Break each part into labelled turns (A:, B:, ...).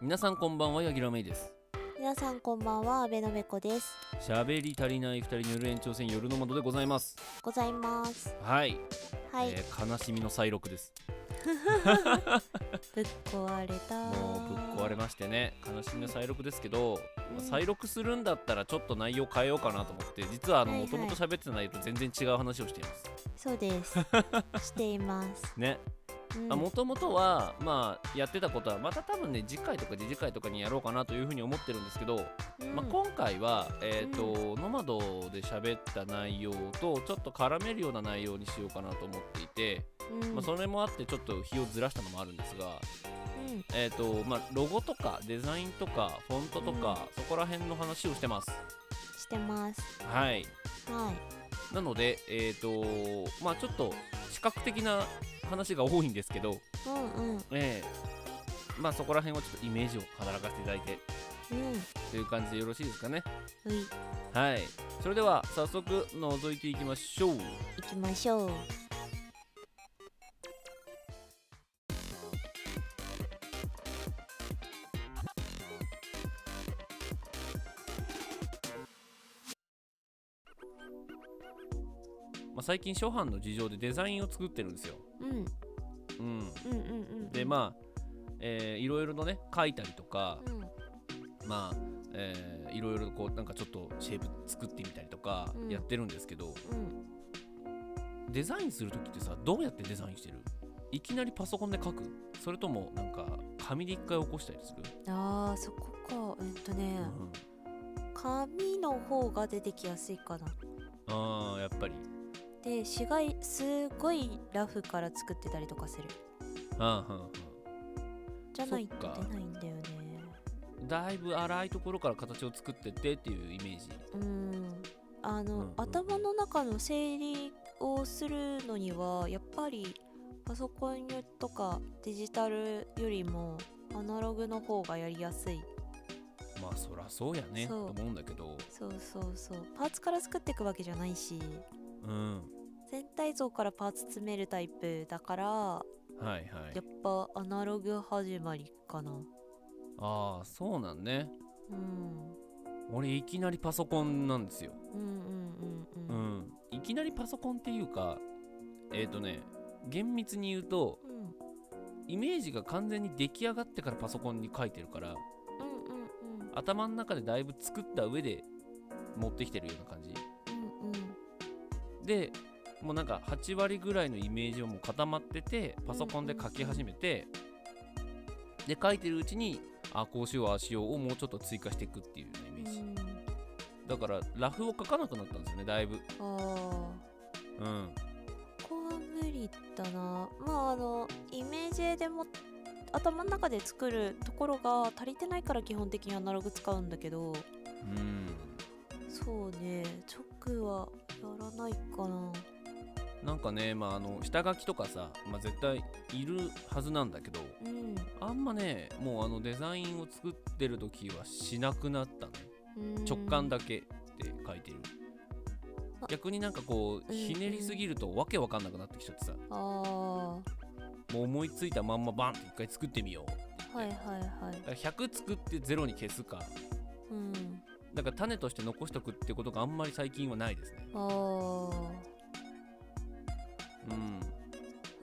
A: 皆さんこんばんは柳楽芽衣です
B: 皆さんこんばんは阿部のめこです
A: 喋り足りない二人による延長戦夜の窓でございます
B: ございます
A: はい、
B: はい、
A: えー悲しみの再録です
B: ぶっ壊れた
A: もうぶっ壊れましてね悲しみの再録ですけど、まあ
B: うん
A: 再録するんだったらちょっと内容変えようかなと思って実はあの
B: はいは
A: も
B: い
A: ともと喋ってないと全然違う話をしています
B: そうですしています
A: ね
B: うん
A: もともとはまあやってたことはまた多分ね次回とか次次回とかにやろうかなというふうに思ってるんですけど
B: うん
A: まあ、今回は、えーとノマドで喋った内容とちょっと絡めるような内容にしようかなと思っていて、
B: うん
A: まあ、それもあってちょっと日をずらしたのもあるんですが、
B: うん
A: えーとまあ、ロゴとかデザインとかフォントとか、そこら辺の話をしてます。
B: してます
A: はい、
B: はい
A: なので、えーとまあ、ちょっと視覚的な話が多いんですけど、
B: うんうん
A: えーまあ、そこら辺をちょっとイメージを働かせていただいて
B: うん
A: という感じでよろしいですかね。
B: うい
A: はい、それでは早速覗いていきましょう。
B: 行きましょう
A: まあ、最近初版の事情でデザインを作ってるんですよ。
B: うん
A: うん、
B: うんうんうん
A: でまあ、えーいろいろとね書いたりとか、
B: うん
A: まあえーいろいろこうなんかちょっとシェイプ作ってみたりとか
B: うん
A: やってるんですけど、
B: うん
A: デザインする時ってさどうやってデザインしてるいきなりパソコンで書くそれともなんか紙で一回起こしたりする、
B: あーそこかえっとね
A: うん
B: 紙の方が出てきやすいかな
A: あーやっぱり
B: で紫外すごいラフから作ってたりとかする
A: あーはんはん
B: じゃないと
A: そっか
B: 出ないんだよね
A: だいぶ荒いところから形を作ってってっていうイメージ
B: うんあの、
A: うんうんうん
B: 頭の中の整理をするのにはやっぱりパソコンとかデジタルよりもアナログの方がやりやすい
A: まあそらそうやね
B: そう
A: と思うんだけど
B: そうそうそうパーツから作っていくわけじゃないし
A: うん
B: 全体像からパーツ詰めるタイプだから
A: はいはい
B: やっぱアナログ始まりかな
A: ああそうなんね
B: うん
A: 俺いきなりパソコンなんですよ、
B: うんうんうん
A: う
B: うん
A: ん、いきなりパソコンっていうかえっ、とね厳密に言うと
B: うん
A: イメージが完全に出来上がってからパソコンに書いてるから
B: うんうんうん
A: 頭の中でだいぶ作った上で持ってきてるような感じ
B: うんうん
A: でもうなんか8割ぐらいのイメージはもう固まっててパソコンで書き始めてで書いてるうちにあこうしようああしようをもうちょっと追加していくっていうようなイメージ
B: うん
A: だからラフを書かなくなったんですよねだいぶ
B: あー
A: うん
B: ここは無理だなまああのイメージ絵でも頭の中で作るところが足りてないから基本的にアナログ使うんだけ
A: う
B: ど
A: ん
B: そうね直はやらないかな
A: なんかね、まあ、あの下書きとかさ、まあ、絶対いるはずなんだけど
B: うん
A: あんまねもうあのデザインを作ってる時はしなくなったね
B: うん
A: 直感だけって書いてる
B: あ
A: 逆になんかこう
B: うんうん
A: ひねりすぎるとわけわかんなくなってきちゃってさ
B: ああは
A: もう思いついたまんまバンって一回作ってみようって
B: いはい
A: 言って
B: はい
A: だから100作って0に消すか
B: うん
A: だから種として残しとくってことがあんまり最近はないですね
B: あー
A: うん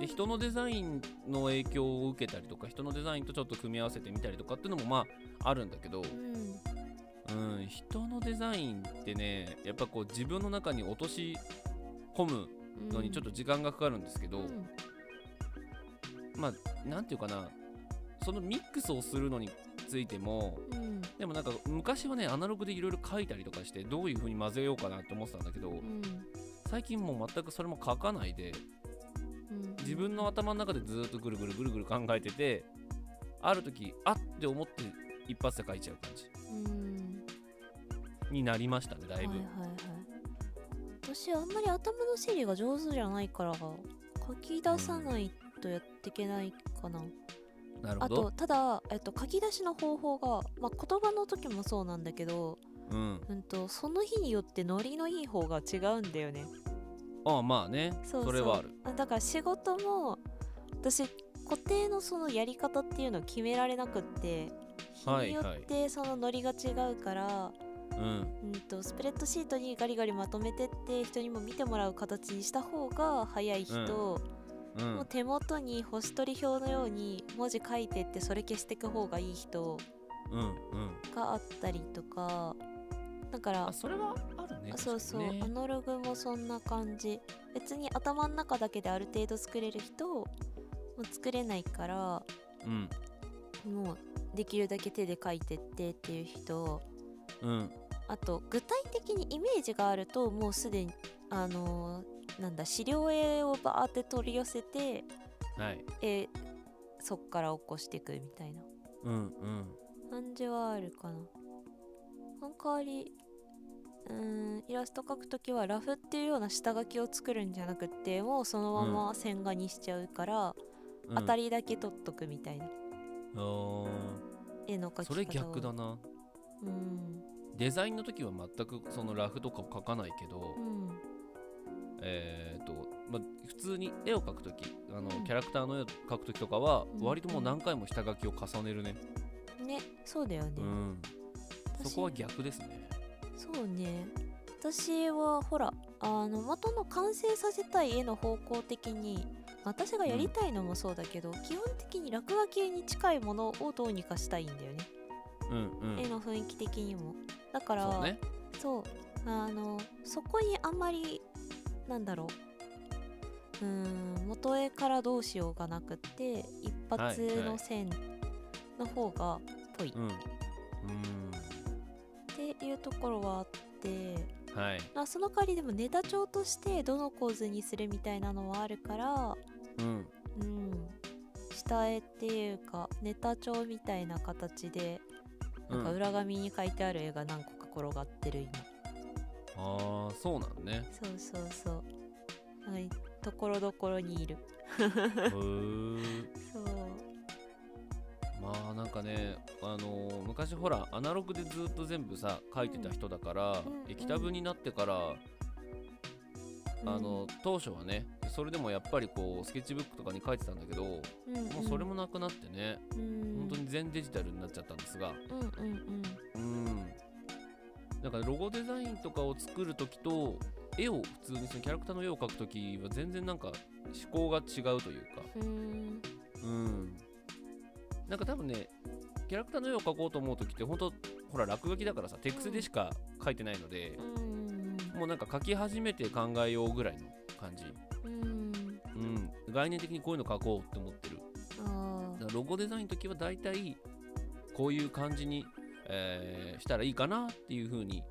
A: で人のデザインの影響を受けたりとか人のデザインとちょっと組み合わせてみたりとかっていうのもまああるんだけど、
B: うん
A: うん、人のデザインってねやっぱこう自分の中に落とし込む
B: うん
A: のにちょっと時間がかかるんですけど、
B: うん
A: まあなんていうかなそのミックスをするのについても
B: うん
A: でもなんか昔はねアナログでいろいろ書いたりとかしてどういう風に混ぜようかなって思ってたんだけど
B: うん
A: 最近もう全くそれも書かないで
B: うん
A: 自分の頭の中でずーっとぐるぐるぐるぐる考えててある時あって思って一発で書いちゃう感じ
B: うん
A: になりましたねだいぶ、
B: はいはいはい私あんまり頭の整理が上手じゃないから書き出さないとやっていけないかな、
A: なるほ
B: あ
A: ど
B: とただ、えっと、書き出しの方法が、まあ、言葉の時もそうなんだけど、
A: うん
B: うん、とその日によってノリのいい方が違うんだよね
A: ああまあね
B: そうそう
A: れはある
B: あだから仕事も私固定のそのやり方っていうのを決められなくって日
A: はい
B: によってそのノリが違うから、
A: うん
B: うん、とスプレッドシートにガリガリまとめてって人にも見てもらう形にした方が早い人、
A: う
B: もうん手元に星取り表のように文字書いてってそれ消してく方がいい人
A: うんうん
B: があったりとかだから
A: あそれはあるね
B: そうそう、
A: 確か
B: ア
A: にね
B: ナログもそんな感じ別に頭の中だけである程度作れる人も作れないから
A: うん
B: もうできるだけ手で書いてってっていう人
A: うん
B: あと具体的にイメージがあるともうすでにあのーなんだ資料絵をバーって取り寄せて
A: はい
B: えーそっから起こしていくみたいな
A: うんうん
B: 感じはあるかな。その代わりうーんイラスト描くときはラフっていうような下書きを作るんじゃなくってもうそのまま線画にしちゃうから、
A: うん
B: 当たりだけ取っとくみたいな
A: あー
B: 絵の描き方を
A: それ逆だな
B: うん
A: デザインの時は全くそのラフとかを描かないけど、
B: うん
A: えっ、と、まあ、普通に絵を描く時あの
B: うん
A: キャラクターの絵を描く時とかは
B: うん
A: 割ともう何回も下書きを重ねるね、
B: ねそうだよね、
A: うん、
B: 私
A: そこは逆ですね
B: そうね私はほらあの元の完成させたい絵の方向的に私がやりたいのもそうだけど、基本的に落書きに近いものをどうにかしたいんだよね、
A: うんう
B: 絵
A: ん
B: の雰囲気的にもだから
A: そうね
B: そうあのそこにあんまりなんだろううーん元絵からどうしようがなくって一発
A: はいは
B: の
A: い
B: 線の方がぽい
A: うんう
B: っていうところはあって、
A: ーんはい
B: まあ、その代わりでもネタ帳としてどの構図にするみたいなのはあるから
A: うん
B: うん下絵っていうかネタ帳みたいな形でなんか
A: うん、
B: 裏紙に書いてある絵が何個か転がってる今。
A: ああそうなんね
B: そうそうそう。はい、ところどころにいる。
A: へー
B: そう。
A: まあなんかね、あのー昔ほらアナログでずっと全部さ書いてた人だから、
B: うんうん
A: 液タブになってから、あの当初はねそれでもやっぱりこうスケッチブックとかに書いてたんだけど、も
B: うん、うん
A: うそれも、なくなってね、
B: うん、
A: 本当に全デジタルになっちゃったんですが
B: うんうんうん。
A: うんなんかロゴデザインとかを作る時と絵を普通にそのキャラクターの絵を描く時は全然なんか思考が違うというか
B: うーん
A: うん、なんか多分ねキャラクターの絵を描こうと思う時って本当ほら落書きだからさテクスでしか描いてないので
B: う、ん
A: もうなんか描き始めて考えようぐらいの感じ、
B: うん
A: うん、概念的にこういうの描こうって思ってる
B: あ
A: だからロゴデザインの時は大体こういう感じに、えーしたらいいかなっていう風に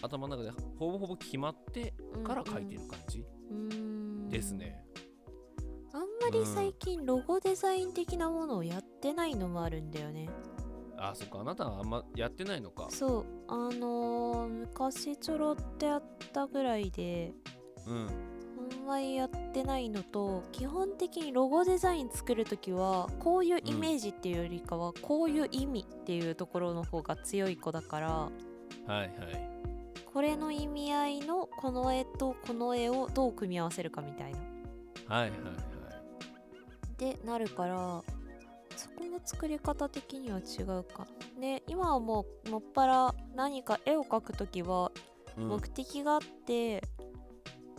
A: 頭の中でほぼほぼ決まって
B: ー
A: から描いてる感じ
B: うんうん
A: ですね、
B: あんまり最近ロゴデザイン的なものをやってないのもあるんだよね
A: あそっかあなたはあんまやってないのか
B: そうあのー昔ちょろってやったぐらいで
A: うん
B: あんまりやってないのと基本的にロゴデザイン作る時はこういうイメージっていうよりかはこういう意味っていうところの方が強い子だから
A: はいはい
B: これの意味合いのこの絵とこの絵をどう組み合わせるかみたいな。
A: はいはいはい
B: でなるからそこの作り方的には違うか。で今はもうもっぱら何か絵を描く時は
A: うん
B: 目的があって、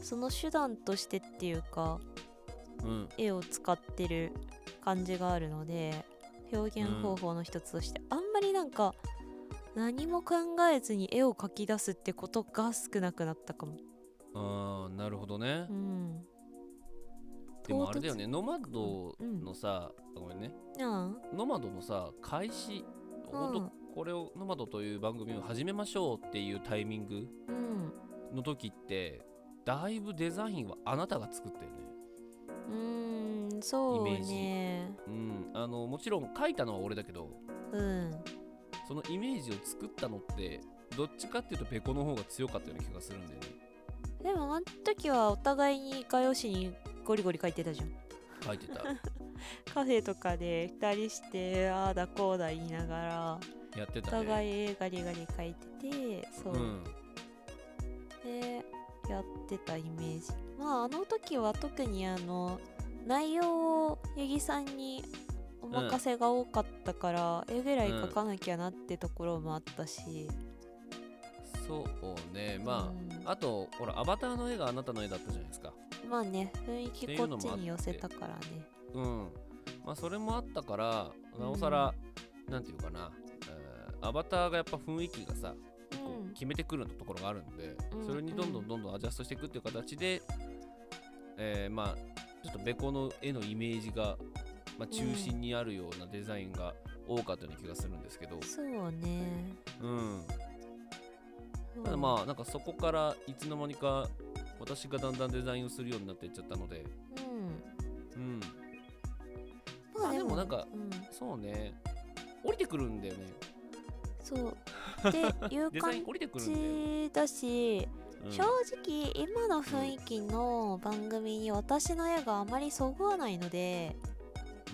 B: その手段としてっていうか
A: うん
B: 絵を使ってる感じがあるので表現方法の一つとして、あんまりなんか何も考えずに絵を描き出すってことが少なくなったかも。
A: あーなるほどね
B: う、ん、
A: でもあれだよねノマド
B: うん
A: のさ、ごめんね
B: あ
A: ノマドのさ開始、ほん
B: う
A: と
B: ん
A: これを「ノマド」という番組を始めましょうっていうタイミング
B: あうん
A: の時ってだいぶデザインはあなたが作ったよね
B: うーんそうね
A: うんあのもちろん書いたのは俺だけど
B: うん
A: そのイメージを作ったのってどっちかっていうとペコの方が強かったような気がするんだよね
B: でもあの時はお互いに画用紙にゴリゴリ描いてたじゃん
A: 書いて た
B: カフェとかで2人してああだこうだ言いながら
A: やって
B: お
A: たね
B: 互い絵ガリガリ描いててそう、
A: うん
B: でやってたイメージまああの時は特にあの内容を八木さんにお任せが多かったから、絵ぐらい描かなきゃなってところもあったし、
A: そうねま
B: うん
A: ああとほらアバターの絵があなたの絵だったじゃないですか
B: まあね雰囲
A: ってい
B: 気
A: う
B: こ
A: のもあ
B: っ
A: って
B: ちに寄せたからね
A: うんまあそれもあったからなおさら、なんていうかな、えーアバターがやっぱ雰囲気がさこう決めてくるところがあるんで、
B: うん
A: それにどんどんどんどんアジャストしていくっていう形で、えーまあちょっとベコの絵のイメージが、まあ、中心にあるようなデザインが多かったような気がするんですけど
B: うん、そうね、
A: うん、
B: そう
A: ただまあなんかそこからいつの間にか私がだんだんデザインをするようになっていっちゃったので、
B: うん
A: うん、
B: ま
A: あでもなんか
B: うん、
A: そうね降りてくるんだよね
B: そうっていう
A: デザイ
B: 感
A: ン降りてくるんだよ、
B: じだし
A: うん
B: 正直今の雰囲気の番組に私の絵があまりそぐわないので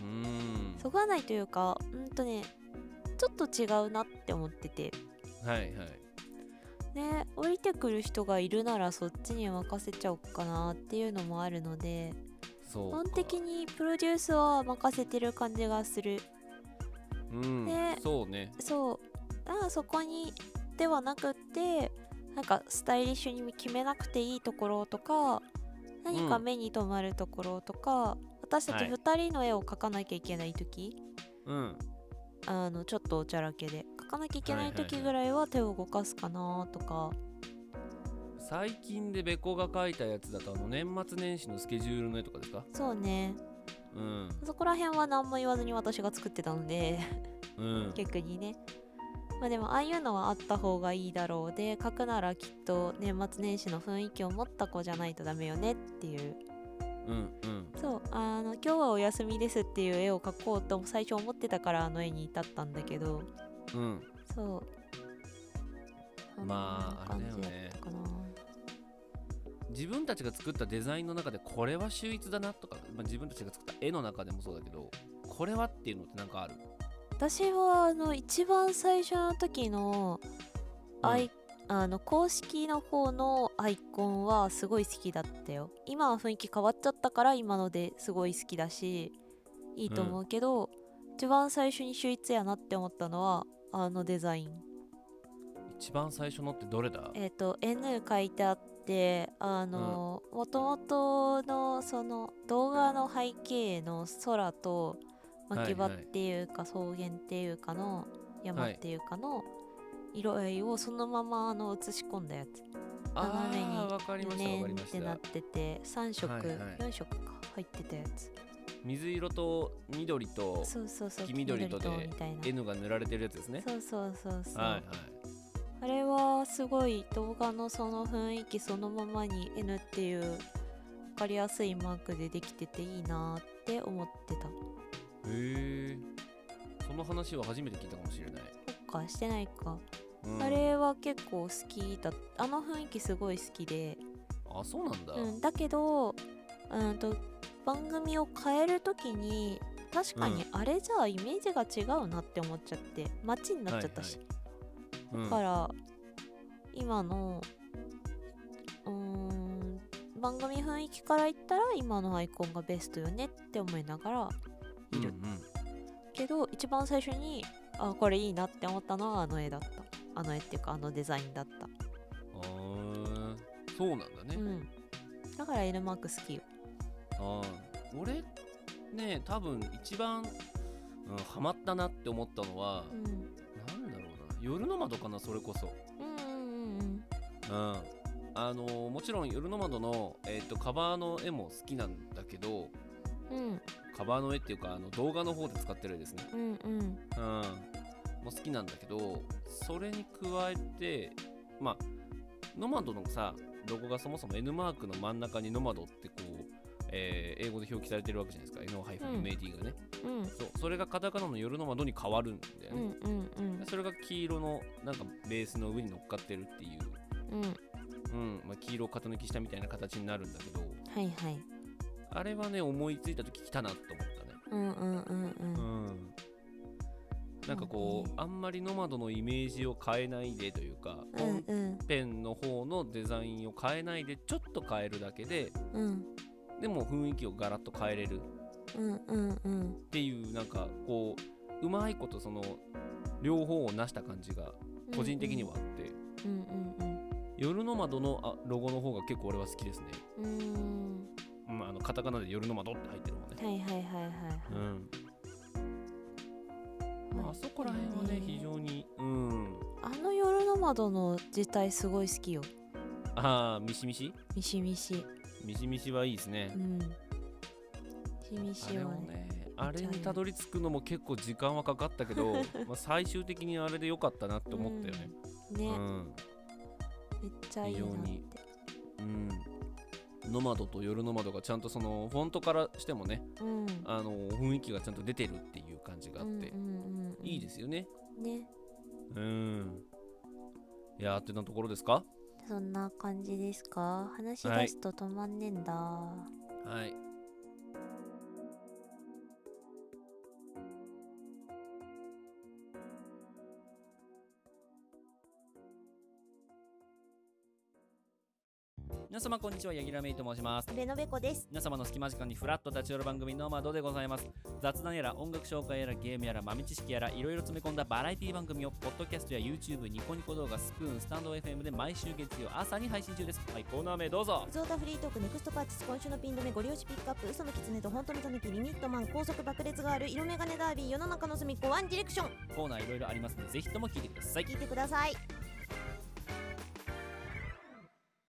A: うん
B: そぐわないというかうんとねちょっと違うなって思ってて
A: はいはい
B: ね降りてくる人がいるならそっちに任せちゃおうかなっていうのもあるので
A: そう
B: 基
A: か
B: 本的にプロデュースは任せてる感じがする
A: うん、
B: ね
A: そうね
B: そうあそこにではなくってなんかスタイリッシュに決めなくていいところとか何か
A: うん
B: 目に留まるところとか、私た
A: は
B: ち
A: い
B: 2人の絵を描かなきゃいけない時、
A: うん
B: あのちょっとおちゃらけで描かなきゃいけない時
A: はい
B: ぐ
A: は
B: らいは手を動かすかなとか、
A: 最近でべこが描いたやつだとあの年末年始のスケジュールの絵とかですか
B: そうね
A: うん
B: そこら辺は何も言わずに私が作ってたので
A: うん
B: 逆にねまあでもああいうのはあった方がいいだろうで描くならきっと年末年始の雰囲気を持った子じゃないとダメよねっていう
A: うんうん
B: そうあの今日はお休みですっていう絵を描こうと最初思ってたからあの絵に至ったんだけど
A: うん
B: そう
A: まあ
B: こんな感じだったかな
A: 自分たちが作ったデザインの中でこれは秀逸だなとか、まあ、自分たちが作った絵の中でもそうだけどこれはっていうのってなんかある
B: 私はあの一番最初の時のアイ、あの公式の方のアイコンはすごい好きだったよ今は雰囲気変わっちゃったから今のですごい好きだしいいと思うけど、一番最初に秀逸やなって思ったのはあのデザイン
A: 一番最初のってどれだ
B: えっ、と N 書いてあってあのもともとのその動画の背景の空と牧場
A: は
B: っ
A: いはい
B: ていうか草原っていうかの山っていうかの色合いをそのままあの写し込んだやつ
A: あ
B: 斜めに
A: あわかりましたわかりま
B: っ
A: して
B: なったてて3色、
A: はいはい
B: 4色か入ってたやつ
A: 水色と緑と
B: そうそうそう
A: 黄緑とで
B: 黄みたいな
A: N が塗られてるやつですね
B: そうそうそうそう、
A: はいはい
B: あれはすごい動画のその雰囲気そのままに N っていう分かりやすいマークでできてていいなって思ってた。
A: へえその話は初めて聞いたかもしれない、
B: そっかしてないか、
A: うん
B: あれは結構好きだあの雰囲気すごい好きで、
A: あそうなんだ、
B: うん、だけどうんと番組を変える時に確かにあれじゃあイメージが違うなって思っちゃって街になっちゃったし、
A: うん
B: だから今のうーん番組雰囲気から言ったら今のアイコンがベストよねって思いながらいる
A: うんうん
B: けど一番最初にあこれいいなって思ったのはあの絵だったあの絵っていうかあのデザインだった、
A: あーそうなんだね、
B: うん、だから N マーク好きよ
A: あー俺ね多分一番、うん、ハマったなって思ったのは、
B: うん
A: なんだろうな夜の窓かなそれこそ、
B: うんうんうん
A: うんあのーもちろん夜の窓の、えー、とカバーの絵も好きなんだけど
B: うん
A: カバーの絵っていうかあの動画の方で使ってる絵ですね、
B: うんうんうん
A: うん、も好きなんだけどそれに加えてまあノマドのさロゴがそもそも N マークの真ん中にノマドってこう、えー英語で表記されてるわけじゃないですか NO ハイフンメイティングね、
B: うん
A: そうそれがカタカナの夜の窓に変わるんだよ
B: う
A: ね、
B: んうんうん
A: それが黄色のなんかベースの上に乗っかってるっていう、
B: うん
A: うんまあ、黄色を型抜きしたみたいな形になるんだけど
B: はいはい
A: あれはね思いついた時来たなと思ったね
B: うんうんうんうん
A: うんなんかこう、
B: そうね
A: あんまりノマドのイメージを変えないでというか、
B: うんうん
A: ペンの方のデザインを変えないでちょっと変えるだけで
B: うん
A: でも雰囲気をガラッと変えれる
B: うんうんうん
A: っていうなんかこううまいことその両方を成した感じが個人的にはあって、
B: うんうん
A: 夜の窓のあロゴの方が結構俺は好きですね、
B: うんうーん
A: うん、あのカタカナで夜の窓って入ってる方ね
B: はいはいはいはいはい
A: うん
B: は
A: まあ
B: い
A: あそこら辺はね
B: ね
A: 非常にうん
B: あの夜の窓の自体すごい好きよ
A: ああミシミシ
B: ミシミシ
A: ミシミシはいいですね
B: う、んミシミ
A: あ
B: シ
A: れ
B: は
A: も
B: ね
A: ねあれにたどり着くのも結構時間はかかったけど まあ最終的にあれで良かったなって思ったよね
B: ね、
A: うん、
B: めっちゃいいなっ
A: 非常
B: て
A: にうんノマドと夜ノマドがちゃんとそのフォントからしてもね
B: うん
A: あの雰囲気がちゃんと出てるっていう感じがあって、
B: うんうんうんうん、
A: いいですよね
B: ね
A: うんいやーってなところですか
B: そんな感じですか話し
A: はい
B: 出すと止まんねんだ、
A: はい皆様こんにちはヤギラメイと申します
B: ベノベコです
A: 皆様の隙間時間にフラッと立ち寄る番組の窓でございます雑談やら音楽紹介やらゲームやら豆知識やらいろいろ詰め込んだバラエティ番組をポッドキャストや YouTube ニコニコ動画スプーンスタンド FM で毎週月曜朝に配信中ですはいコーナー名どうぞ
C: ゾータフリートークネクストパーチス今週のピン止めご利用しピックアップ嘘のキツネと本当のタヌキリミットマン高速爆裂がある色眼鏡ダービー世の中の隅っこワンディレクション
A: コーナーいろいろありますのでぜひとも聞いてください
C: 聞いてください